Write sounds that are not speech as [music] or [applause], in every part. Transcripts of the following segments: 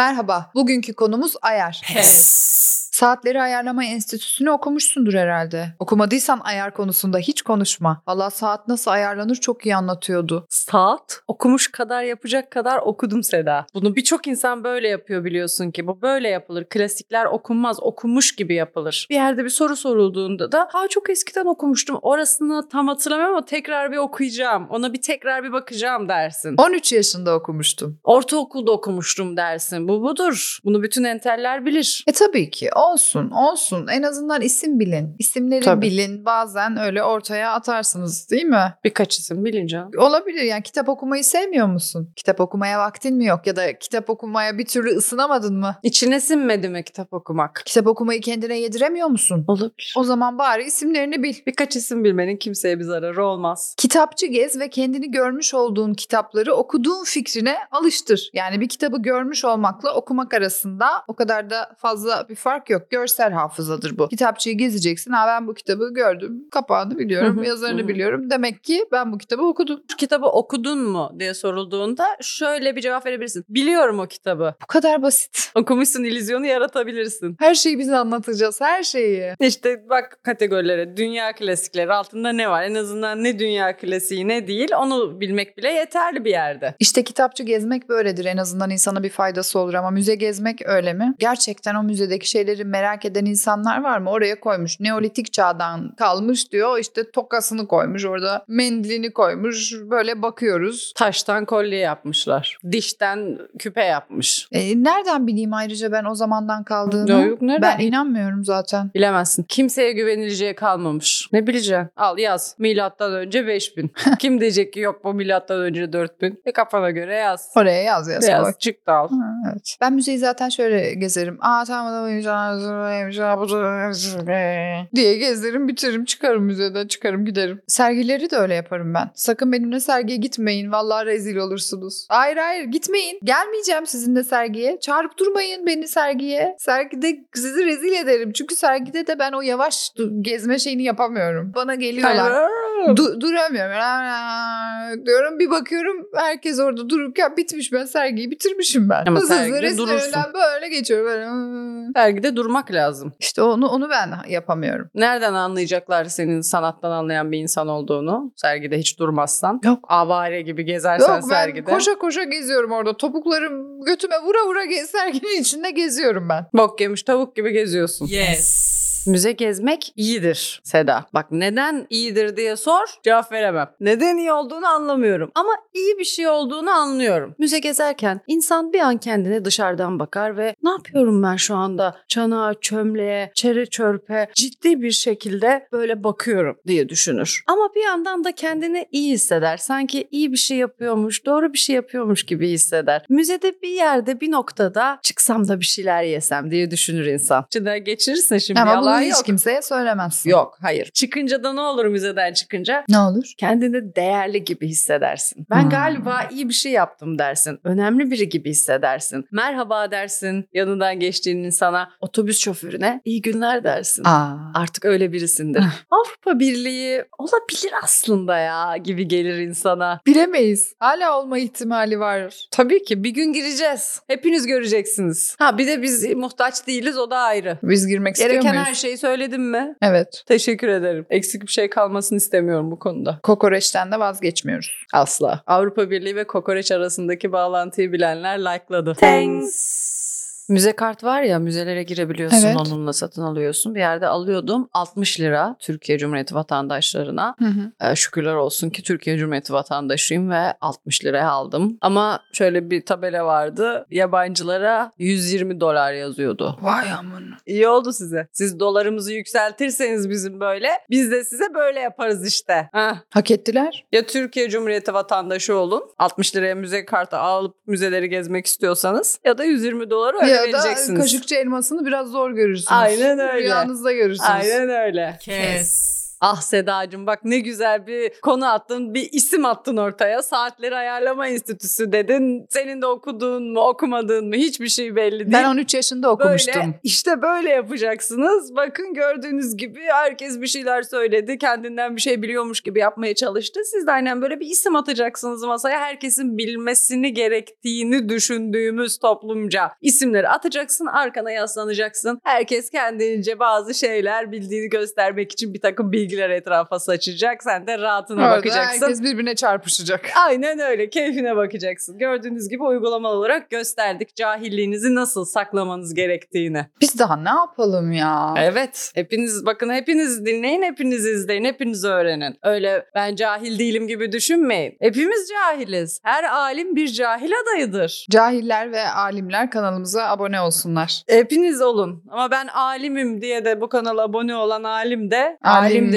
Merhaba, bugünkü konumuz ayar. Pes. Saatleri Ayarlama Enstitüsü'nü okumuşsundur herhalde. Okumadıysan ayar konusunda hiç konuşma. Valla saat nasıl ayarlanır çok iyi anlatıyordu. Saat okumuş kadar yapacak kadar okudum Seda. Bunu birçok insan böyle yapıyor biliyorsun ki. Bu böyle yapılır. Klasikler okunmaz, okunmuş gibi yapılır. Bir yerde bir soru sorulduğunda da ha çok eskiden okumuştum. Orasını tam hatırlamıyorum ama tekrar bir okuyacağım. Ona bir tekrar bir bakacağım dersin. 13 yaşında okumuştum. Ortaokulda okumuştum dersin. Bu budur. Bunu bütün enteller bilir. E tabii ki olsun olsun en azından isim bilin. İsimleri Tabii. bilin bazen öyle ortaya atarsınız değil mi? Birkaç isim bilince. Olabilir yani kitap okumayı sevmiyor musun? Kitap okumaya vaktin mi yok ya da kitap okumaya bir türlü ısınamadın mı? İçine sinmedi mi kitap okumak? Kitap okumayı kendine yediremiyor musun? Olabilir. O zaman bari isimlerini bil. Birkaç isim bilmenin kimseye bir zararı olmaz. Kitapçı gez ve kendini görmüş olduğun kitapları okuduğun fikrine alıştır. Yani bir kitabı görmüş olmakla okumak arasında o kadar da fazla bir fark yok. Görsel hafızadır bu. Kitapçıyı gezeceksin. Ha ben bu kitabı gördüm. Kapağını biliyorum, Hı hı, yazarını hı hı. biliyorum. Demek ki ben bu kitabı okudum. "Bu kitabı okudun mu diye sorulduğunda şöyle bir cevap verebilirsin. Biliyorum o kitabı. Bu kadar basit. Okumuşsun illüzyonu yaratabilirsin. Her şeyi biz anlatacağız, her şeyi. İşte bak kategorilere dünya klasikleri altında ne var? En azından ne dünya klasiği ne değil onu bilmek bile yeterli bir yerde. İşte kitapçı gezmek böyledir. En azından insana bir faydası olur ama müze gezmek öyle mi? Gerçekten o müzedeki şeyleri merak eden insanlar var mı? Oraya koymuş. Neolitik çağdan kalmış diyor. İşte tokasını koymuş orada. Mendilini koymuş. Böyle bakıyoruz. Taştan kolye yapmışlar. Dişten küpe yapmış. E, nereden bileyim ayrıca ben o zamandan kaldığını? Yok nereden? Ben inanmıyorum zaten. Bilemezsin. Kimseye güvenileceği kalmamış. Ne bileceksin? Al yaz. Milattan önce 5000. Kim diyecek ki yok bu milattan önce 4000? E kafana göre yaz. Oraya yaz yaz. koy. Beyaz çıktı al. Ha, Evet. Ben müzeyi zaten şöyle gezerim. Aa tamam tamam yiyeceğim, yiyeceğim, bu da- diye gezerim bitiririm çıkarım müzeden çıkarım giderim. Sergileri de öyle yaparım ben. Sakın benimle sergiye gitmeyin vallahi rezil olursunuz. Hayır hayır gitmeyin. Gelmeyeceğim sizinle sergiye. Çağırıp durmayın beni sergiye. Sergide sizi rezil ederim. Çünkü sergide de ben o yavaş du- gezme şeyini yapamıyorum. Bana geliyorlar. Du- duramıyorum. Aa, Diyorum bir bakıyorum herkes orada dururken bitmiş ben sergiyi bitirmişim ben. Ama Hızlı hızlı sergide resmin durursun. önünden böyle geçiyorum. Böyle. aa. Sergide durmak lazım. İşte onu onu ben yapamıyorum. Nereden anlayacaklar senin sanattan anlayan bir insan olduğunu? Sergide hiç durmazsan. Yok. Avare gibi Yok gezersen ben sergide. koşa koşa geziyorum orada. Topuklarım götüme vura vura ge- serginin içinde geziyorum ben. Bok yemiş tavuk gibi geziyorsun. Yes. Müze gezmek iyidir Seda. Bak neden iyidir diye sor cevap veremem. Neden iyi olduğunu anlamıyorum ama iyi bir şey olduğunu anlıyorum. Müze gezerken insan bir an kendine dışarıdan bakar ve ne yapıyorum ben şu anda çanağa, çömleğe, çere çörpe ciddi bir şekilde böyle bakıyorum diye düşünür. Ama bir yandan da kendini iyi hisseder. Sanki iyi bir şey yapıyormuş, doğru bir şey yapıyormuş gibi hisseder. Müzede bir yerde bir noktada çıksam da bir şeyler yesem diye düşünür insan. İçinden geçirirsin şimdi Ama bunu yalan hiç yok. kimseye söylemezsin. Yok hayır. Çıkınca da ne olur müzeden çıkınca? Ne olur? Kendini değerli gibi hissedersin. Ben Hmm. galiba iyi bir şey yaptım dersin. Önemli biri gibi hissedersin. Merhaba dersin yanından geçtiğin insana. Otobüs şoförüne iyi günler dersin. Aa. Artık öyle birisindir. Avrupa Birliği olabilir aslında ya gibi gelir insana. Bilemeyiz. Hala olma ihtimali var. Tabii ki bir gün gireceğiz. Hepiniz göreceksiniz. Ha bir de biz muhtaç değiliz o da ayrı. Biz girmek istiyor Gereken muyuz? her şey. şeyi söyledim mi? Evet. Teşekkür ederim. Eksik bir şey kalmasını istemiyorum bu konuda. Kokoreçten de vazgeçmiyoruz. Asla. Avrupa Birliği ve kokoreç arasındaki bağlantıyı bilenler like'ladı. Thanks. Müze kart var ya müzelere girebiliyorsun Evet. onunla satın alıyorsun. Bir yerde alıyordum 60 lira Türkiye Cumhuriyeti vatandaşlarına. Hı hı. Ee, şükürler olsun ki Türkiye Cumhuriyeti vatandaşıyım ve 60 liraya aldım. Ama şöyle bir tabela vardı yabancılara 120 dolar yazıyordu. Vay amına. İyi oldu size. Siz dolarımızı yükseltirseniz bizim böyle biz de size böyle yaparız işte. Hah. Hak ettiler. Ya Türkiye Cumhuriyeti vatandaşı olun. 60 liraya müze kartı alıp müzeleri gezmek istiyorsanız ya da 120 doları öyle ya da vereceksiniz. kaşıkçı elmasını biraz zor görürsünüz. Aynen öyle. Rüyanızda görürsünüz. Aynen öyle. Kes. 60 Ah Sedacığım bak ne güzel bir konu attın, bir isim attın ortaya. Saatleri Ayarlama Enstitüsü dedin. Senin de okuduğun mu, okumadığın mı hiçbir şey belli değil. Ben 13 yaşında okumuştum. Böyle, işte böyle yapacaksınız. Bakın gördüğünüz gibi herkes bir şeyler söyledi. Kendinden bir şey biliyormuş gibi yapmaya çalıştı. Siz de aynen böyle bir isim atacaksınız masaya. Herkesin bilmesini gerektiğini düşündüğümüz toplumca isimleri atacaksın. Arkana yaslanacaksın. Herkes kendince bazı şeyler bildiğini göstermek için bir takım bilgiler etrafa saçacak. Sen de rahatına Orada bakacaksın. herkes birbirine çarpışacak. Aynen öyle. Keyfine bakacaksın. Gördüğünüz gibi uygulamalı olarak gösterdik cahilliğinizi nasıl saklamanız gerektiğini. Biz daha ne yapalım ya? Evet. Hepiniz bakın hepiniz dinleyin, hepiniz izleyin, hepiniz öğrenin. Öyle ben cahil değilim gibi düşünmeyin. Hepimiz cahiliz. Her alim bir cahil adayıdır. Cahiller ve alimler kanalımıza abone olsunlar. Hepiniz olun. Ama ben alimim diye de bu kanala abone olan alim de alimdir. midir?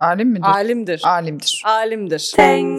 Alim midir? Alimdir. Alimdir. Alimdir.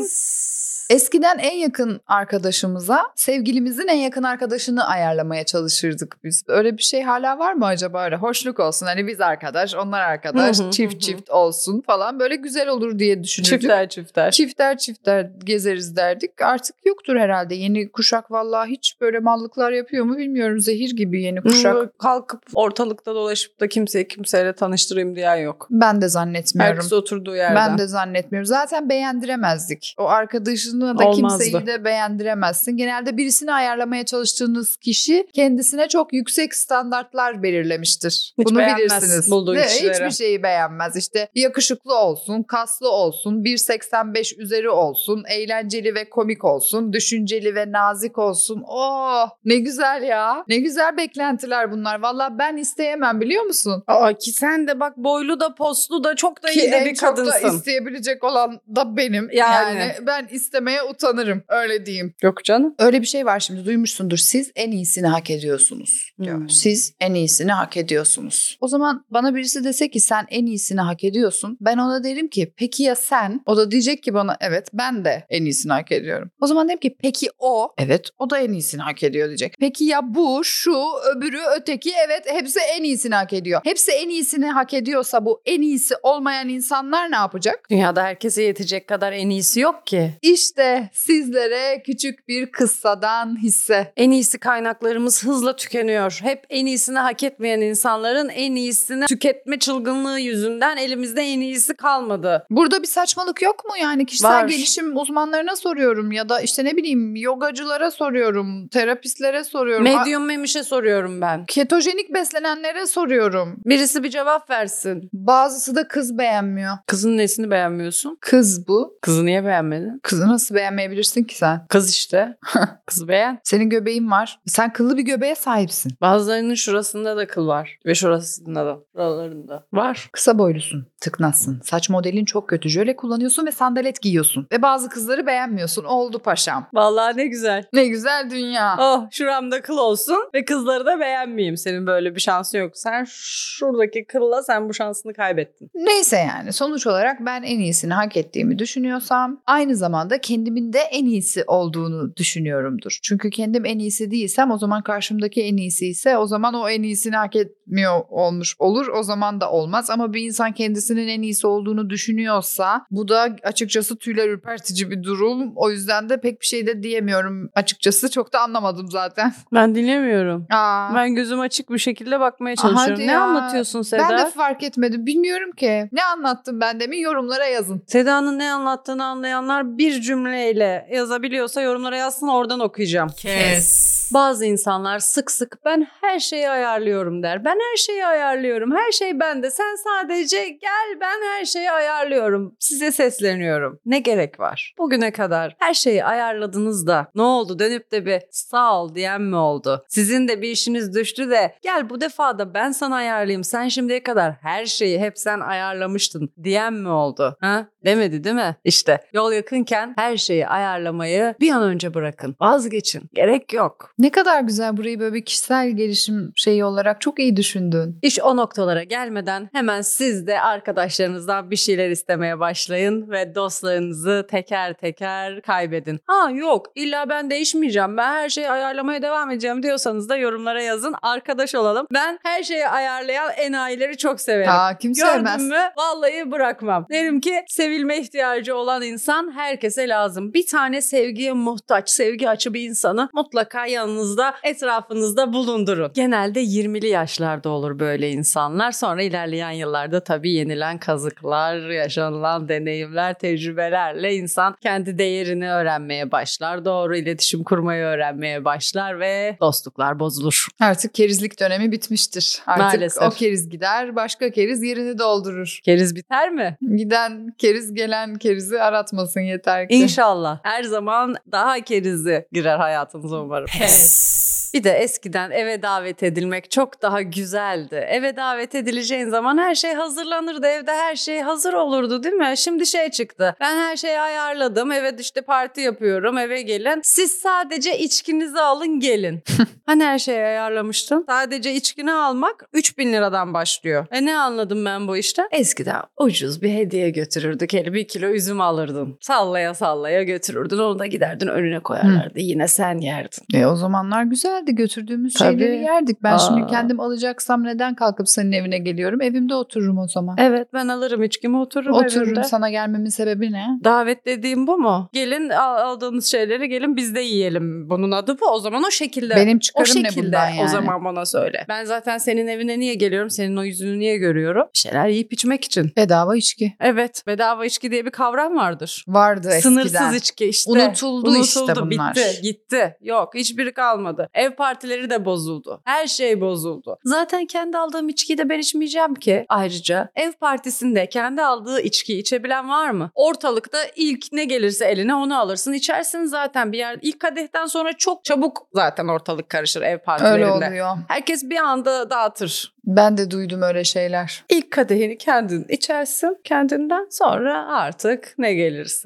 Thanks. Eskiden en yakın arkadaşımıza sevgilimizin en yakın arkadaşını ayarlamaya çalışırdık biz. Öyle bir şey hala var mı acaba öyle? Hoşluk olsun hani biz arkadaş, onlar arkadaş, Hı hı, çift hı hı. çift olsun falan böyle güzel olur diye düşünürdük. Çifter çifter. Çiftler çiftler gezeriz derdik. Artık yoktur herhalde. Yeni kuşak vallahi hiç böyle mallıklar yapıyor mu bilmiyorum. Zehir gibi yeni kuşak. Böyle Hmm, Kalkıp ortalıkta dolaşıp da kimseyi kimseyle tanıştırayım diyen yok. Ben de zannetmiyorum. Herkes oturduğu yerden. Ben de zannetmiyorum. Zaten beğendiremezdik. O arkadaşını da Olmazdı. kimseyi de beğendiremezsin. Genelde birisini ayarlamaya çalıştığınız kişi kendisine çok yüksek standartlar belirlemiştir. Hiç Bunu beğenmez bilirsiniz. bulduğu Ve kişileri. Hiçbir şeyi beğenmez. İşte yakışıklı olsun, kaslı olsun, 1.85 üzeri olsun, eğlenceli ve komik olsun, düşünceli ve nazik olsun. Oh ne güzel ya. Ne güzel beklentiler bunlar. Valla ben isteyemem biliyor musun? Aa, ki sen de bak boylu da poslu da çok da Ki iyi de en bir çok da kadınsın. isteyebilecek olan da benim. Yani. Yani. ben istemeye utanırım öyle diyeyim. Yok canım. Öyle bir şey var şimdi duymuşsundur. Siz en iyisini hak ediyorsunuz. diyor. Hmm. Siz en iyisini hak ediyorsunuz. O zaman bana birisi dese ki sen en iyisini hak ediyorsun. Ben ona derim ki peki ya sen? O da diyecek ki bana evet ben de en iyisini hak ediyorum. O zaman derim ki peki o? Evet o da en iyisini hak ediyor diyecek. Peki ya bu, şu, öbürü, öteki evet hepsi en iyisini hak ediyor. Hepsi en iyisini hak ediyorsa bu en iyisi olmayan insanlar ne yapacak? Dünyada herkese yetecek kadar en iyisi yok ki. İşte sizlere küçük bir kıssadan hisse. En iyisi kaynaklarımız hızla tükeniyor. Hep en iyisini hak etmeyen insanların en iyisini tüketme çılgınlığı yüzünden elimizde en iyisi kalmadı. Burada bir saçmalık yok mu yani kişisel Var. gelişim uzmanlarına soruyorum ya da işte ne bileyim yogacılara soruyorum, terapistlere soruyorum. a- Medium memişe soruyorum ben. Ketojenik beslenenlere soruyorum. Birisi bir cevap versin. Bazısı da kız beğenmiyor. Kızın nesini beğenmiyorsun? Kız bu. Kızı niye beğenmedin? Kızı nasıl beğenmeyebilirsin ki sen? Kız [laughs] işte. Kızı beğen. Senin göbeğin var. Sen kıllı bir göbeğe sahipsin. Bazılarının şurasında da kıl var. Ve şurasında da. Buralarında. Var. Kısa boylusun, tıknazsın. Saç modelin çok kötü. Jöle kullanıyorsun ve sandalet giyiyorsun. Ve bazı kızları beğenmiyorsun. Oldu paşam. Vallahi ne güzel. Ne güzel dünya. Oh şuramda kıl olsun ve kızları da beğenmeyeyim. Senin böyle bir şansın yok. Sen şuradaki kılla sen bu şansını kaybettin. Neyse yani sonuç olarak ben en iyisini hak ettiğimi düşünüyorsam aynı zamanda kendimin de en iyisi olduğunu düşünüyorumdur. Çünkü kendim en iyisi değilsem o zaman karşımdaki en iyisi ise o zaman o en iyisini hak etmiyor olmuş olur. O zaman da olmaz ama bir insan kendisinin en iyisi olduğunu düşünüyorsa bu da açıkçası tüyler ürpertici bir durum. O yüzden de pek bir şey de diyemiyorum açıkçası çok da anlamadım zaten. Ben dinlemiyorum. Aa. Ben gözüm açık bir şekilde bakmaya Hadi çalışıyorum. Ne ya. anlatıyorsun Seda? Ben de fark etmedim. Bilmiyorum ki. Ne anlattım ben demin yorumlara yazın. Seda'nın ne anlattığını anlayanlar bir cümleyle yazabiliyorsa yorumlara yazsın oradan okuyacağım. Kes. Bazı insanlar sık sık ben her şeyi ayarlıyorum der. Ben her şeyi ayarlıyorum. Her şey bende. Sen sadece gel ben her şeyi ayarlıyorum. Size sesleniyorum. Ne gerek var? Bugüne kadar her şeyi ayarladınız da ne oldu? Dönüp de bir sağ ol diyen mi oldu? Sizin de bir işiniz düştü de gel bu defa da ben sana ayarlayayım. Sen şimdiye kadar her şeyi hep sen ayarlamıştın diyen mi oldu? Ha? Demedi değil mi? İşte yol yakınken her her şeyi ayarlamayı bir an önce bırakın. Vazgeçin. Gerek yok. Ne kadar güzel burayı böyle bir kişisel gelişim şeyi olarak çok iyi düşündün. İş o noktalara gelmeden hemen siz de arkadaşlarınızdan bir şeyler istemeye başlayın ve dostlarınızı teker teker kaybedin. Ha yok illa ben değişmeyeceğim ben her şeyi ayarlamaya devam edeceğim diyorsanız da yorumlara yazın arkadaş olalım. Ben her şeyi ayarlayan enayileri çok severim. Aa kim sevmez. Gördün mü? Vallahi bırakmam. Derim ki sevilme ihtiyacı olan insan herkese lazım. Bir tane sevgiye muhtaç, sevgi açı bir insanı mutlaka yanınızda, etrafınızda bulundurun. Genelde 20'li yaşlarda olur böyle insanlar. Sonra ilerleyen yıllarda tabii yenilen kazıklar, yaşanılan deneyimler, tecrübelerle insan kendi değerini öğrenmeye başlar. Doğru iletişim kurmayı öğrenmeye başlar ve dostluklar bozulur. Artık kerizlik dönemi bitmiştir. Artık Maalesef. o keriz gider, başka keriz yerini doldurur. Keriz biter mi? Giden keriz gelen kerizi aratmasın yeter ki. İnşallah. Her zaman daha kerizi girer hayatımıza umarım. Pes. Bir de eskiden eve davet edilmek çok daha güzeldi. Eve davet edileceğin zaman her şey hazırlanırdı. Evde her şey hazır olurdu değil mi? Şimdi şey çıktı. Ben her şeyi ayarladım. Eve düştü parti yapıyorum. Eve gelin. Siz sadece içkinizi alın gelin. hani her şeyi ayarlamıştın? Sadece içkini almak 3000 liradan başlıyor. E ne anladım ben bu işte? Eskiden ucuz bir hediye götürürdük. Hele bir kilo üzüm alırdın. Sallaya sallaya götürürdün. Onu da giderdin önüne koyarlardı. Yine sen yerdin. E, o zamanlar güzeldi götürdüğümüz Tabii. şeyleri yerdik. Ben Aa. şimdi kendim alacaksam neden kalkıp senin evine geliyorum? Evimde otururum o zaman. Evet ben alırım içkimi otururum otururum evimde. sana gelmemin sebebi ne? Davet dediğim bu mu? Gelin al- aldığınız şeyleri gelin biz de yiyelim. Bunun adı bu. O zaman o şekilde. Benim o çıkarım ne şekilde bundan yani? o zaman bana söyle. Ben zaten senin evine niye geliyorum? Senin o yüzünü niye görüyorum? Bir şeyler yiyip içmek için. Bedava içki. Evet bedava içki diye bir kavram vardır. Vardı eskiden. Sınırsız içki işte. Unutuldu, işte Unutuldu, bunlar. bitti, gitti. Yok, hiçbiri kalmadı. Ev partileri de bozuldu. Her şey bozuldu. Zaten kendi aldığım içkiyi de ben içmeyeceğim ki. Ayrıca ev partisinde kendi aldığı içkiyi içebilen var mı? Ortalıkta ilk ne gelirse eline onu alırsın. İçersin zaten bir yer. İlk kadehten sonra çok çabuk zaten ortalık karışır ev partilerinde. Öyle oluyor. Herkes bir anda dağıtır. Ben de duydum öyle şeyler. İlk kadehini kendin içersin kendinden sonra artık ne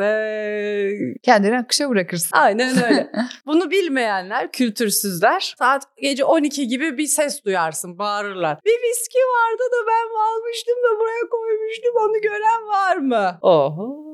gelirse Kendini akışa bırakırsın. Aynen öyle. Bunu bilmeyenler, kültürsüzler saat gece 12 gibi bir ses duyarsın, bağırırlar. Bir viski vardı da ben almıştım da buraya koymuştum onu gören var mı? Oho.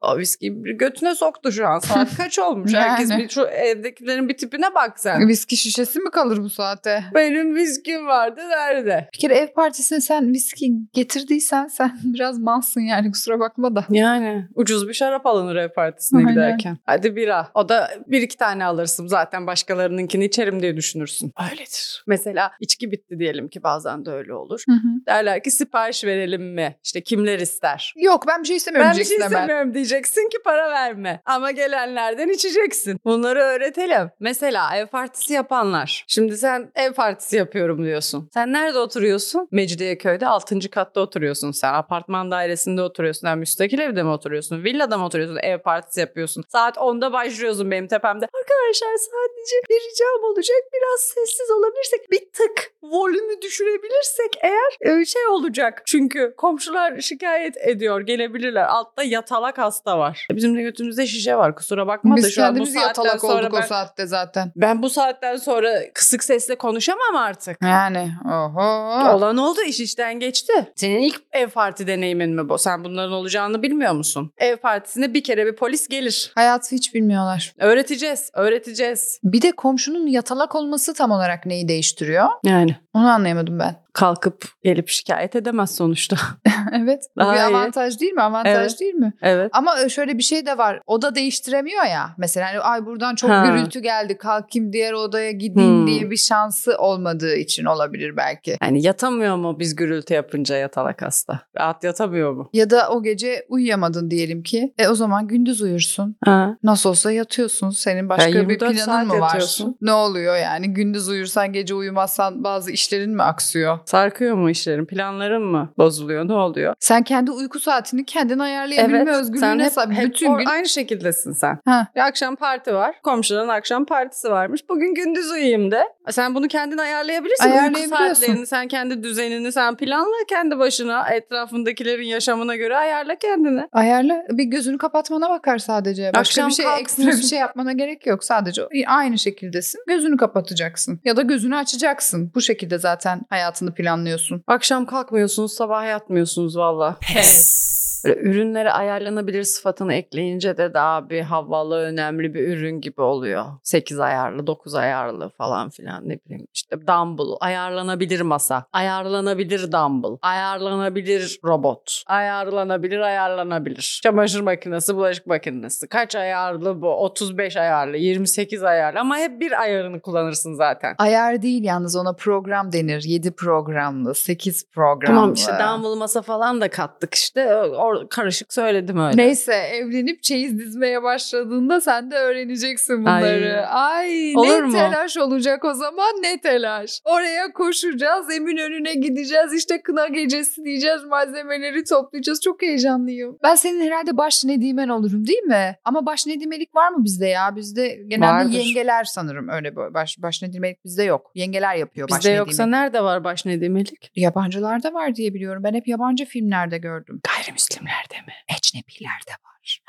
O viski bir götüne soktu şu an. Saat kaç olmuş? Herkes Yani. bir şu evdekilerin bir tipine bak sen. Viski şişesi mi kalır bu saate? Benim viskim vardı nerede? Bir kere ev partisine sen viski getirdiysen sen [laughs] biraz malsın yani kusura bakma da. Yani ucuz bir şarap alınır ev partisine Aynen. giderken. Hadi bira. O da bir iki tane alırsın zaten başkalarınınkini içerim diye düşünürsün. Öyledir. Mesela içki bitti diyelim ki bazen de öyle olur. Hı hı. Derler ki sipariş verelim mi? İşte kimler ister? Yok ben bir şey istemiyorum. Ben bir şey diyeceksin hemen. istemiyorum diyeceksin ki para verme. Ama gelenlerden içeceksin. Bunları öğretelim. Mesela ev partisi yapanlar. Şimdi sen ev partisi yapıyorum diyorsun. Sen nerede oturuyorsun? Mecidiyeköy'de 6. katta oturuyorsun sen. Apartman dairesinde oturuyorsun. Yani müstakil evde mi oturuyorsun? Villada mı oturuyorsun? Ev partisi yapıyorsun. Saat 10'da başlıyorsun benim tepemde. Arkadaşlar sadece bir ricam olacak. Biraz sessiz olabilirsek bir tık volümü düşürebilirsek eğer e, şey olacak. Çünkü komşular şikayet ediyor. Gelebilirler. Altta yatalak hasta var. Bizim de götümüzde şişe var. Kusura bakma da Biz şu an bu kendimiz saatten yatalak sonra olduk ben, o saatte zaten. ben bu saatten sonra kısık sesle konuşamam artık. Yani oho. Olan oldu iş işten geçti. Senin ilk ev parti deneyimin mi bu? Sen bunların olacağını bilmiyor musun? Ev partisine bir kere bir polis gelir. Hayatı hiç bilmiyorlar. Öğreteceğiz, öğreteceğiz. Bir de komşunun yatalak olması tam olarak neyi değiştiriyor? Yani Onu anlayamadım ben. [laughs] kalkıp gelip şikayet edemez sonuçta. [laughs] evet. Bu Daha bir iyi. avantaj değil mi? Avantaj Evet. değil mi? evet. Ama şöyle bir şey de var. Oda değiştiremiyor ya. Mesela hani, ay buradan çok Ha. gürültü geldi. Kalkayım diğer odaya gideyim Hmm. diye bir şansı olmadığı için olabilir belki. Yani yatamıyor mu biz gürültü yapınca yatalak hasta? Rahat yatamıyor mu? Ya da o gece uyuyamadın diyelim ki. E o zaman gündüz uyursun. Ha. Nasıl olsa yatıyorsun. Senin başka Ya bir 24 saat planın mı var? yatıyorsun. Ne oluyor yani? Gündüz uyursan gece uyumazsan bazı işlerin mi aksıyor? Sarkıyor mu işlerin? Planların mı bozuluyor? Ne oluyor? Sen kendi uyku saatini kendin ayarlayabilme sen özgürlüğüne hep, sahip. hep Bütün or- gün aynı şekildesin sen. Ha. Bir akşam parti var. Komşuların akşam partisi varmış. Bugün gündüz uyuyayım de. Sen bunu kendin ayarlayabilirsin. Uyku Ayarlayabiliyorsun. saatlerini, sen kendi düzenini sen planla kendi başına. Etrafındakilerin yaşamına göre ayarla kendini. Ayarla. Bir gözünü kapatmana bakar sadece. Başka Akşam bir şey ekstra bir kalkmıyorsun. şey yapmana gerek yok. Sadece aynı şekildesin. Gözünü kapatacaksın ya da gözünü açacaksın. Bu şekilde zaten hayatını planlıyorsun. Akşam kalkmıyorsunuz, sabah yatmıyorsunuz valla. Pes. Böyle ürünlere ayarlanabilir sıfatını ekleyince de daha bir havalı önemli bir ürün gibi oluyor. 8 ayarlı, 9 ayarlı falan filan ne bileyim işte dumbbell, ayarlanabilir masa, ayarlanabilir dumbbell, ayarlanabilir robot, ayarlanabilir ayarlanabilir. Çamaşır makinesi, bulaşık makinesi. Kaç ayarlı bu? 35 ayarlı, 28 ayarlı ama hep bir ayarını kullanırsın zaten. Ayar değil yalnız ona program denir. 7 programlı, 8 programlı. Tamam işte dumbbell masa falan da kattık işte. Or- karışık söyledim öyle. Neyse evlenip çeyiz dizmeye başladığında sen de öğreneceksin bunları. Ay, Olur ne mu? telaş olacak o zaman ne telaş. Oraya koşacağız, emin önüne gideceğiz, işte kına gecesi diyeceğiz, malzemeleri toplayacağız. Çok heyecanlıyım. Ben senin herhalde baş nedimen olurum değil mi? Ama baş nedimelik var mı bizde ya? Bizde genelde Vardır. yengeler sanırım öyle böyle. baş, baş nedimelik bizde yok. Yengeler yapıyor baş Bizde yoksa nedimelik. nerede var baş nedimelik? Yabancılarda var diye biliyorum. Ben hep yabancı filmlerde gördüm. Gayrimüslimlerde mi? Ecnebilerde var.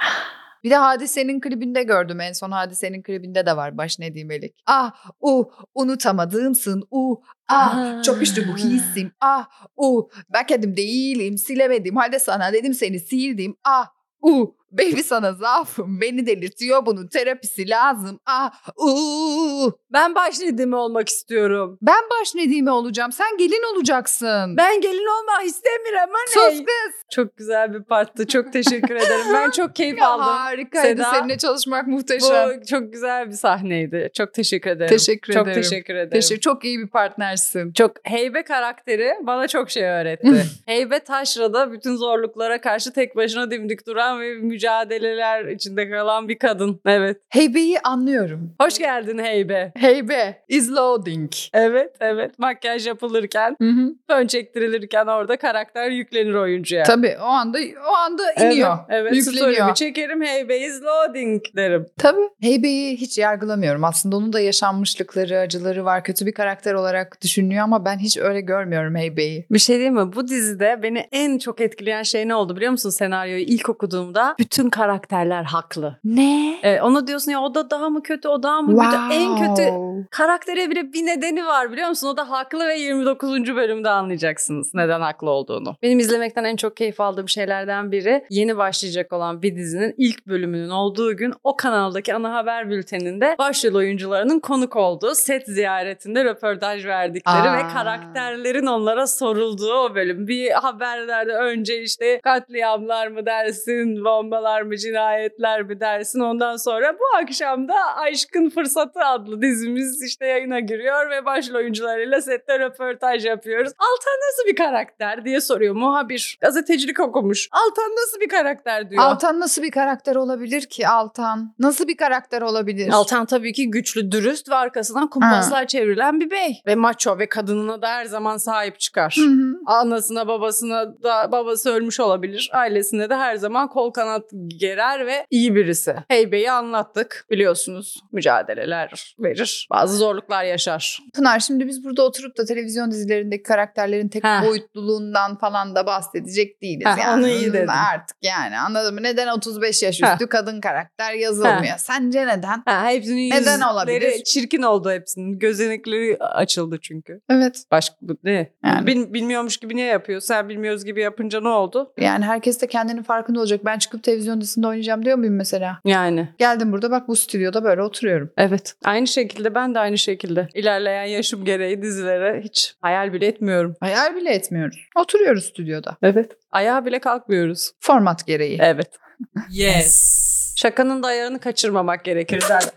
Bir de Hadise'nin klibinde gördüm. En son Hadise'nin klibinde de var baş nedimelik. Ah, uh, unutamadığımsın. Uh, ah, Ah. çok işte bu hissim. Ah, uh, ben kendim değilim, silemedim. Halde sana dedim seni sildim. Ah, uh, baby sana zaafım. Beni delirtiyor bunun terapisi lazım. Ah, uh. Ben baş nedimi olmak istiyorum. Ben baş nedime olacağım. Sen gelin olacaksın. Ben gelin olmak istemiyorum anne. Sus kız. Çok güzel bir parttı. Çok teşekkür ederim. Ben [laughs] çok keyif Ya aldım. harikaydı. Seda. Seninle çalışmak muhteşem. Bu çok güzel bir sahneydi. Çok teşekkür ederim. Teşekkür çok ederim. teşekkür ederim. Teşekkür, çok iyi bir partnersin. Çok heybe karakteri bana çok [laughs] şey öğretti. heybe taşrada bütün zorluklara karşı tek başına dimdik duran ve mücadeleler içinde kalan bir kadın. Evet. Heybe'yi anlıyorum. Hoş geldin Heybe. Heybe is loading. Evet, evet. Makyaj yapılırken Hı hı. ön çektirilirken orada karakter yüklenir oyuncuya. Tabii o anda o anda iniyor. Evet, evet yükleniyor. story'imi çekerim. Hey be is loading derim. Tabii. Heybe'yi hiç yargılamıyorum. Aslında onun da yaşanmışlıkları, acıları var. Kötü bir karakter olarak düşünülüyor ama ben hiç öyle görmüyorum Heybe'yi. Bir şey diyeyim mi? Bu dizide beni en çok etkileyen şey ne oldu biliyor musun? Senaryoyu ilk okuduğumda bütün karakterler haklı. Ne? Ee, ona diyorsun ya o da daha mı kötü o daha mı kötü? En kötü karaktere bile bir nedeni var biliyor musun? O da haklı ve 29. bölümde anlayacaksınız neden haklı olduğunu. Benim izlemekten en çok keyif aldığım şeylerden biri yeni başlayacak olan bir dizinin ilk bölümünün olduğu gün o kanaldaki ana haber bülteninde başrol oyuncularının konuk olduğu set ziyaretinde röportaj verdikleri Aa. ve karakterlerin onlara sorulduğu o bölüm. Bir haberlerde önce işte katliamlar mı dersin, bombalar mı, cinayetler mi dersin. Ondan sonra bu akşam da Aşkın Fırsatı adlı dizimiz işte yayına giriyor ve başrol oyuncularıyla sette röportaj yapıyoruz. Altan nasıl bir karakter diye soruyor muhabir. Gazetecilik okumuş. Altan nasıl bir karakter diyor. Altan nasıl bir karakter olabilir ki Altan? Nasıl bir karakter olabilir? Altan tabii ki güçlü, dürüst ve arkasından kumpaslar çevrilen bir bey. Ve maço ve kadınına da her zaman sahip çıkar. Hı hı. Anasına babasına da babası ölmüş olabilir. Ailesine de her zaman kol kanat gerer ve iyi birisi. Heybe'yi anlattık biliyorsunuz. Mücadeleler verir. Bazı zorluklar yaşar. Pınar şimdi biz burada oturup da televizyon dizilerindeki karakterlerin tek Ha. boyutluluğundan falan da bahsedecek değiliz. Ha, yani. onu iyi dedin. Artık yani anladın mı? Neden 35 yaş Ha. üstü kadın karakter yazılmıyor? Sence neden? Ha, hepsinin Neden yüzleri olabilir? çirkin oldu hepsinin. Gözenekleri açıldı çünkü. Evet. Başka bu ne? Yani. Bil- bilmiyormuş gibi niye yapıyor? Sen bilmiyoruz gibi yapınca ne oldu? Yani herkes de kendinin farkında olacak. Ben çıkıp televizyon dizisinde oynayacağım diyor muyum mesela? Yani Geldim burada bak bu stüdyoda böyle oturuyorum. evet. Aynı şekilde ben de aynı şekilde. İlerleyen yaşım gereği dizilere hiç hayal bile etmiyorum. Hayal bile etmiyoruz. Oturuyoruz stüdyoda. Evet. Ayağa bile kalkmıyoruz. Format gereği. Evet. Yes. Şakanın da ayarını kaçırmamak gerekir [laughs] zaten.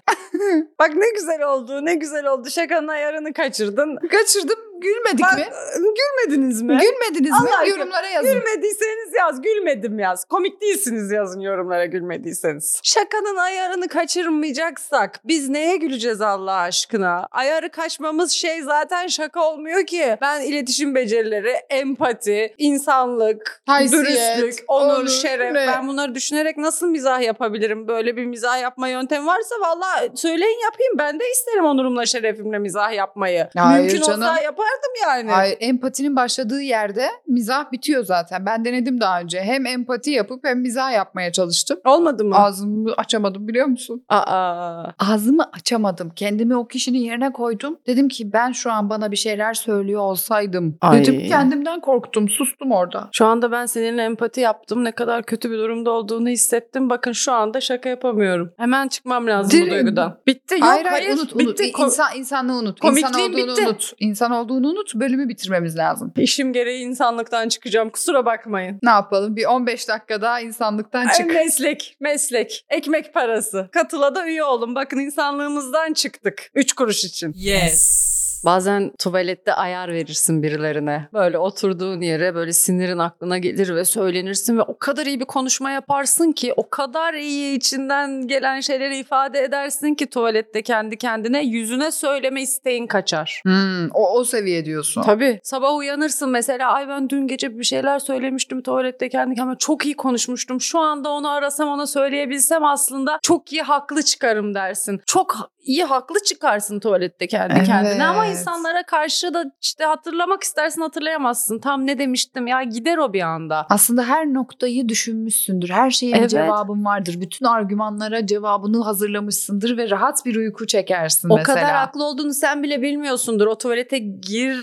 Bak ne güzel oldu, ne güzel oldu. Şakanın ayarını kaçırdın. Kaçırdım Gülmedik Bak, ıı, mi? Gülmediniz mi? Gülmediniz Allah mi? aşkına, Yorumlara yazın. Gülmediyseniz yaz, gülmedim yaz. Komik değilsiniz yazın yorumlara gülmediyseniz. Şakanın ayarını kaçırmayacaksak biz neye güleceğiz Allah aşkına? Ayarı kaçmamız şey zaten şaka olmuyor ki. Ben iletişim becerileri, empati, insanlık, Haysiyet, dürüstlük, onur, onur, şeref. ne? Ben bunları düşünerek nasıl mizah yapabilirim? Böyle bir mizah yapma yöntemi varsa valla söyleyin yapayım. Ben de isterim onurumla, şerefimle mizah yapmayı. Hayır Mümkün canım. olsa yapardım yani. Ay, empatinin başladığı yerde mizah bitiyor zaten. Ben denedim daha önce. Hem empati yapıp hem mizah yapmaya çalıştım. Olmadı mı? Ağzımı açamadım biliyor musun? Aa. Ağzımı açamadım. Kendimi o kişinin yerine koydum. Dedim ki ben şu an bana bir şeyler söylüyor olsaydım. Ay. Dedim kendimden korktum. Sustum orada. Şu anda ben seninle empati yaptım. Ne kadar kötü bir durumda olduğunu hissettim. Bakın şu anda şaka yapamıyorum. Hemen çıkmam lazım Dir- bu duygudan. Bitti. Yok, hayır, hayır, hayır unut unut. bitti. Ko- İnsan, insanı unut. İnsan Komikliğin olduğunu bitti. unut. İnsan olduğunu unut. Bölümü bitirmemiz lazım. İşim gereği insanlıktan çıkacağım. Kusura bakmayın. Ne yapalım? Bir 15 dakika daha insanlıktan Ay, çık. Meslek, meslek, ekmek parası. Katıla da üye olun. Bakın insanlığımızdan çıktık. Üç kuruş için. Yes. Bazen tuvalette ayar verirsin birilerine. Böyle oturduğun yere böyle sinirin aklına gelir ve söylenirsin ve o kadar iyi bir konuşma yaparsın ki o kadar iyi içinden gelen şeyleri ifade edersin ki tuvalette kendi kendine yüzüne söyleme isteğin kaçar. Hmm, o, o seviye diyorsun. Tabii. Sabah uyanırsın mesela ay ben dün gece bir şeyler söylemiştim tuvalette kendi kendime çok iyi konuşmuştum. Şu anda onu arasam ona söyleyebilsem aslında çok iyi haklı çıkarım dersin. Çok ha- iyi haklı çıkarsın tuvalette kendi Evet. kendine ama insanlara karşı da işte hatırlamak istersin hatırlayamazsın. Tam ne demiştim ya gider o bir anda. Aslında her noktayı düşünmüşsündür. Her şeye bir Evet. cevabın vardır. Bütün argümanlara cevabını hazırlamışsındır ve rahat bir uyku çekersin O mesela. kadar haklı olduğunu sen bile bilmiyorsundur. O tuvalete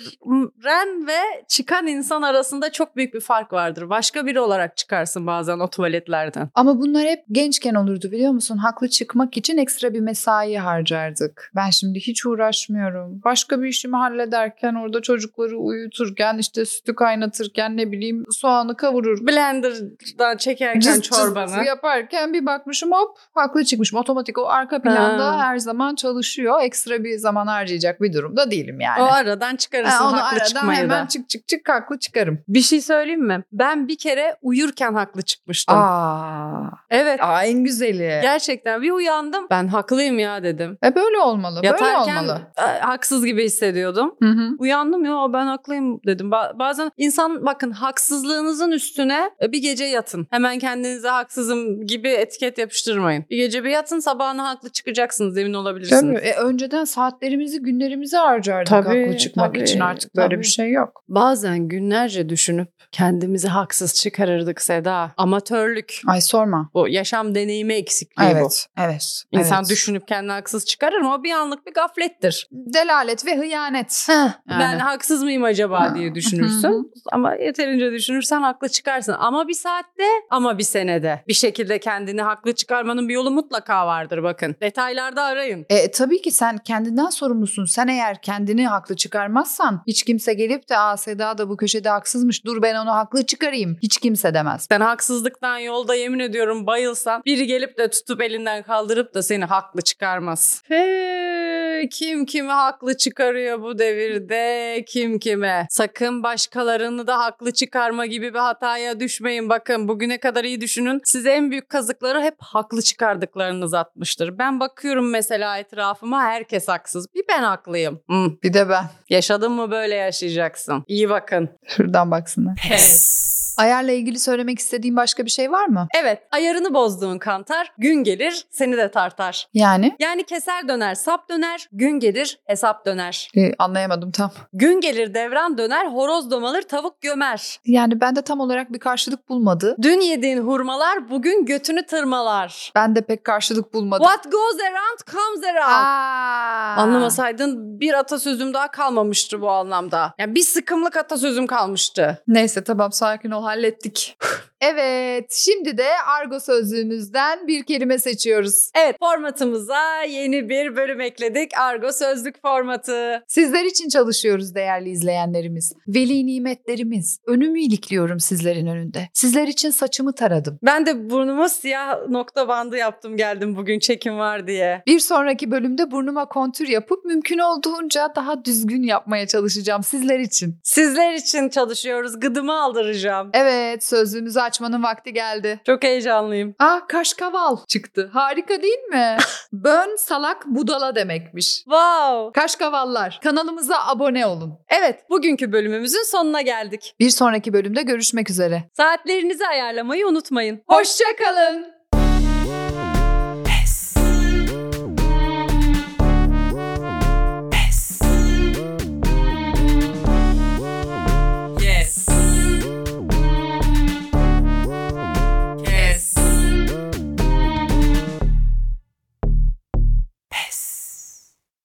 giren ve çıkan insan arasında çok büyük bir fark vardır. Başka biri olarak çıkarsın bazen o tuvaletlerden. Ama bunlar hep gençken olurdu biliyor musun? Haklı çıkmak için ekstra bir mesai harcardık. Ben şimdi hiç uğraşmıyorum. Başka bir işimi hallederken orada çocukları uyuturken işte sütü kaynatırken ne bileyim soğanı kavurur. Blender'dan çekerken Cız cız çorbanı. yaparken bir bakmışım hop haklı çıkmışım. Otomatik o arka planda Ha. her zaman çalışıyor. Ekstra bir zaman harcayacak bir durumda değilim yani. O aradan çıkarırsın Ha, onu haklı aradan çıkmayı hemen da. çık çık çık haklı çıkarım. Bir şey söyleyeyim mi? Ben bir kere uyurken haklı çıkmıştım. Aa, Evet. aa en güzeli. Gerçekten bir uyandım. Ben haklıyım ya dedim. E böyle olmalı. böyle Yatarken olmalı. e, haksız gibi hissediyordum. Hı hı. Uyandım ya ben haklıyım dedim. Ba- bazen insan bakın haksızlığınızın üstüne e, bir gece yatın. Hemen kendinize haksızım gibi etiket yapıştırmayın. Bir gece bir yatın sabahına haklı çıkacaksınız emin olabilirsiniz. Tabii. E, önceden saatlerimizi günlerimizi harcardık Tabii, haklı çıkmak tabii, için artık böyle tabii. bir şey yok. Bazen günlerce düşünüp kendimizi haksız çıkarırdık Seda. Amatörlük. Ay sorma. Bu yaşam deneyimi eksikliği bu. Evet, evet. İnsan evet. düşünüp kendini haksız çıkarır mı? O bir anlık bir gaflettir. Delalet ve hıyanet. Yani. Ben haksız mıyım acaba Ha. diye Hı düşünürsün. ama yeterince düşünürsen haklı çıkarsın. Ama bir saatte ama bir senede. Bir şekilde kendini haklı çıkarmanın bir yolu mutlaka vardır bakın. Detaylarda arayın. E, tabii ki sen kendinden sorumlusun. Sen eğer kendini haklı çıkarmazsan hiç kimse gelip de Aa, Seda da bu köşede haksızmış dur ben onu haklı çıkarayım. Hiç kimse demez. Sen haksızlıktan yolda yemin ediyorum bayılsan biri gelip de tutup elinden kaldırıp da seni haklı çıkarmaz. He, kim kimi haklı çıkarıyor bu devirde kim kime. Sakın başkalarını da haklı çıkarma gibi bir hataya düşmeyin. Bakın bugüne kadar iyi düşünün. Size en büyük kazıkları hep haklı çıkardıklarınız atmıştır. Ben bakıyorum mesela etrafıma herkes haksız. Bir ben haklıyım. Hmm, Bir de ben. [laughs] yaşadın mı böyle yaşayacaksın. İyi bakın. Şuradan baksınlar. Pes. Ayarla ilgili söylemek istediğin başka bir şey var mı? Evet ayarını bozduğun kantar gün gelir seni de tartar. Yani? Yani keser döner, sap döner, gün gelir hesap döner. E, anlayamadım tam. Gün gelir devran döner, horoz domalır, tavuk gömer. Yani bende tam olarak bir karşılık bulmadı. Dün yediğin hurmalar bugün götünü tırmalar. Ben de pek karşılık bulmadım. What goes around comes around. Aa. Anlamasaydın bir atasözüm daha kalmamıştı bu anlamda. Yani bir sıkımlık atasözüm kalmıştı. Neyse tamam sakin ol hallettik. [laughs] Evet şimdi de argo sözlüğümüzden bir kelime seçiyoruz. Evet formatımıza yeni bir bölüm ekledik. Argo sözlük formatı. Sizler için çalışıyoruz değerli izleyenlerimiz. Veli nimetlerimiz. Önümü ilikliyorum sizlerin önünde. Sizler için saçımı taradım. Ben de burnuma siyah nokta bandı yaptım geldim bugün çekim var diye. Bir sonraki bölümde burnuma kontür yapıp mümkün olduğunca daha düzgün yapmaya çalışacağım sizler için. Sizler için çalışıyoruz. Gıdımı aldıracağım. Evet sözlüğümüzü açmanın vakti geldi. Çok heyecanlıyım. Ah kaşkaval çıktı. Harika değil mi? Bön salak budala demekmiş. Wow. Kaşkavallar kanalımıza abone olun. Evet, bugünkü bölümümüzün sonuna geldik. Bir sonraki bölümde görüşmek üzere. Saatlerinizi ayarlamayı unutmayın. Hoşçakalın.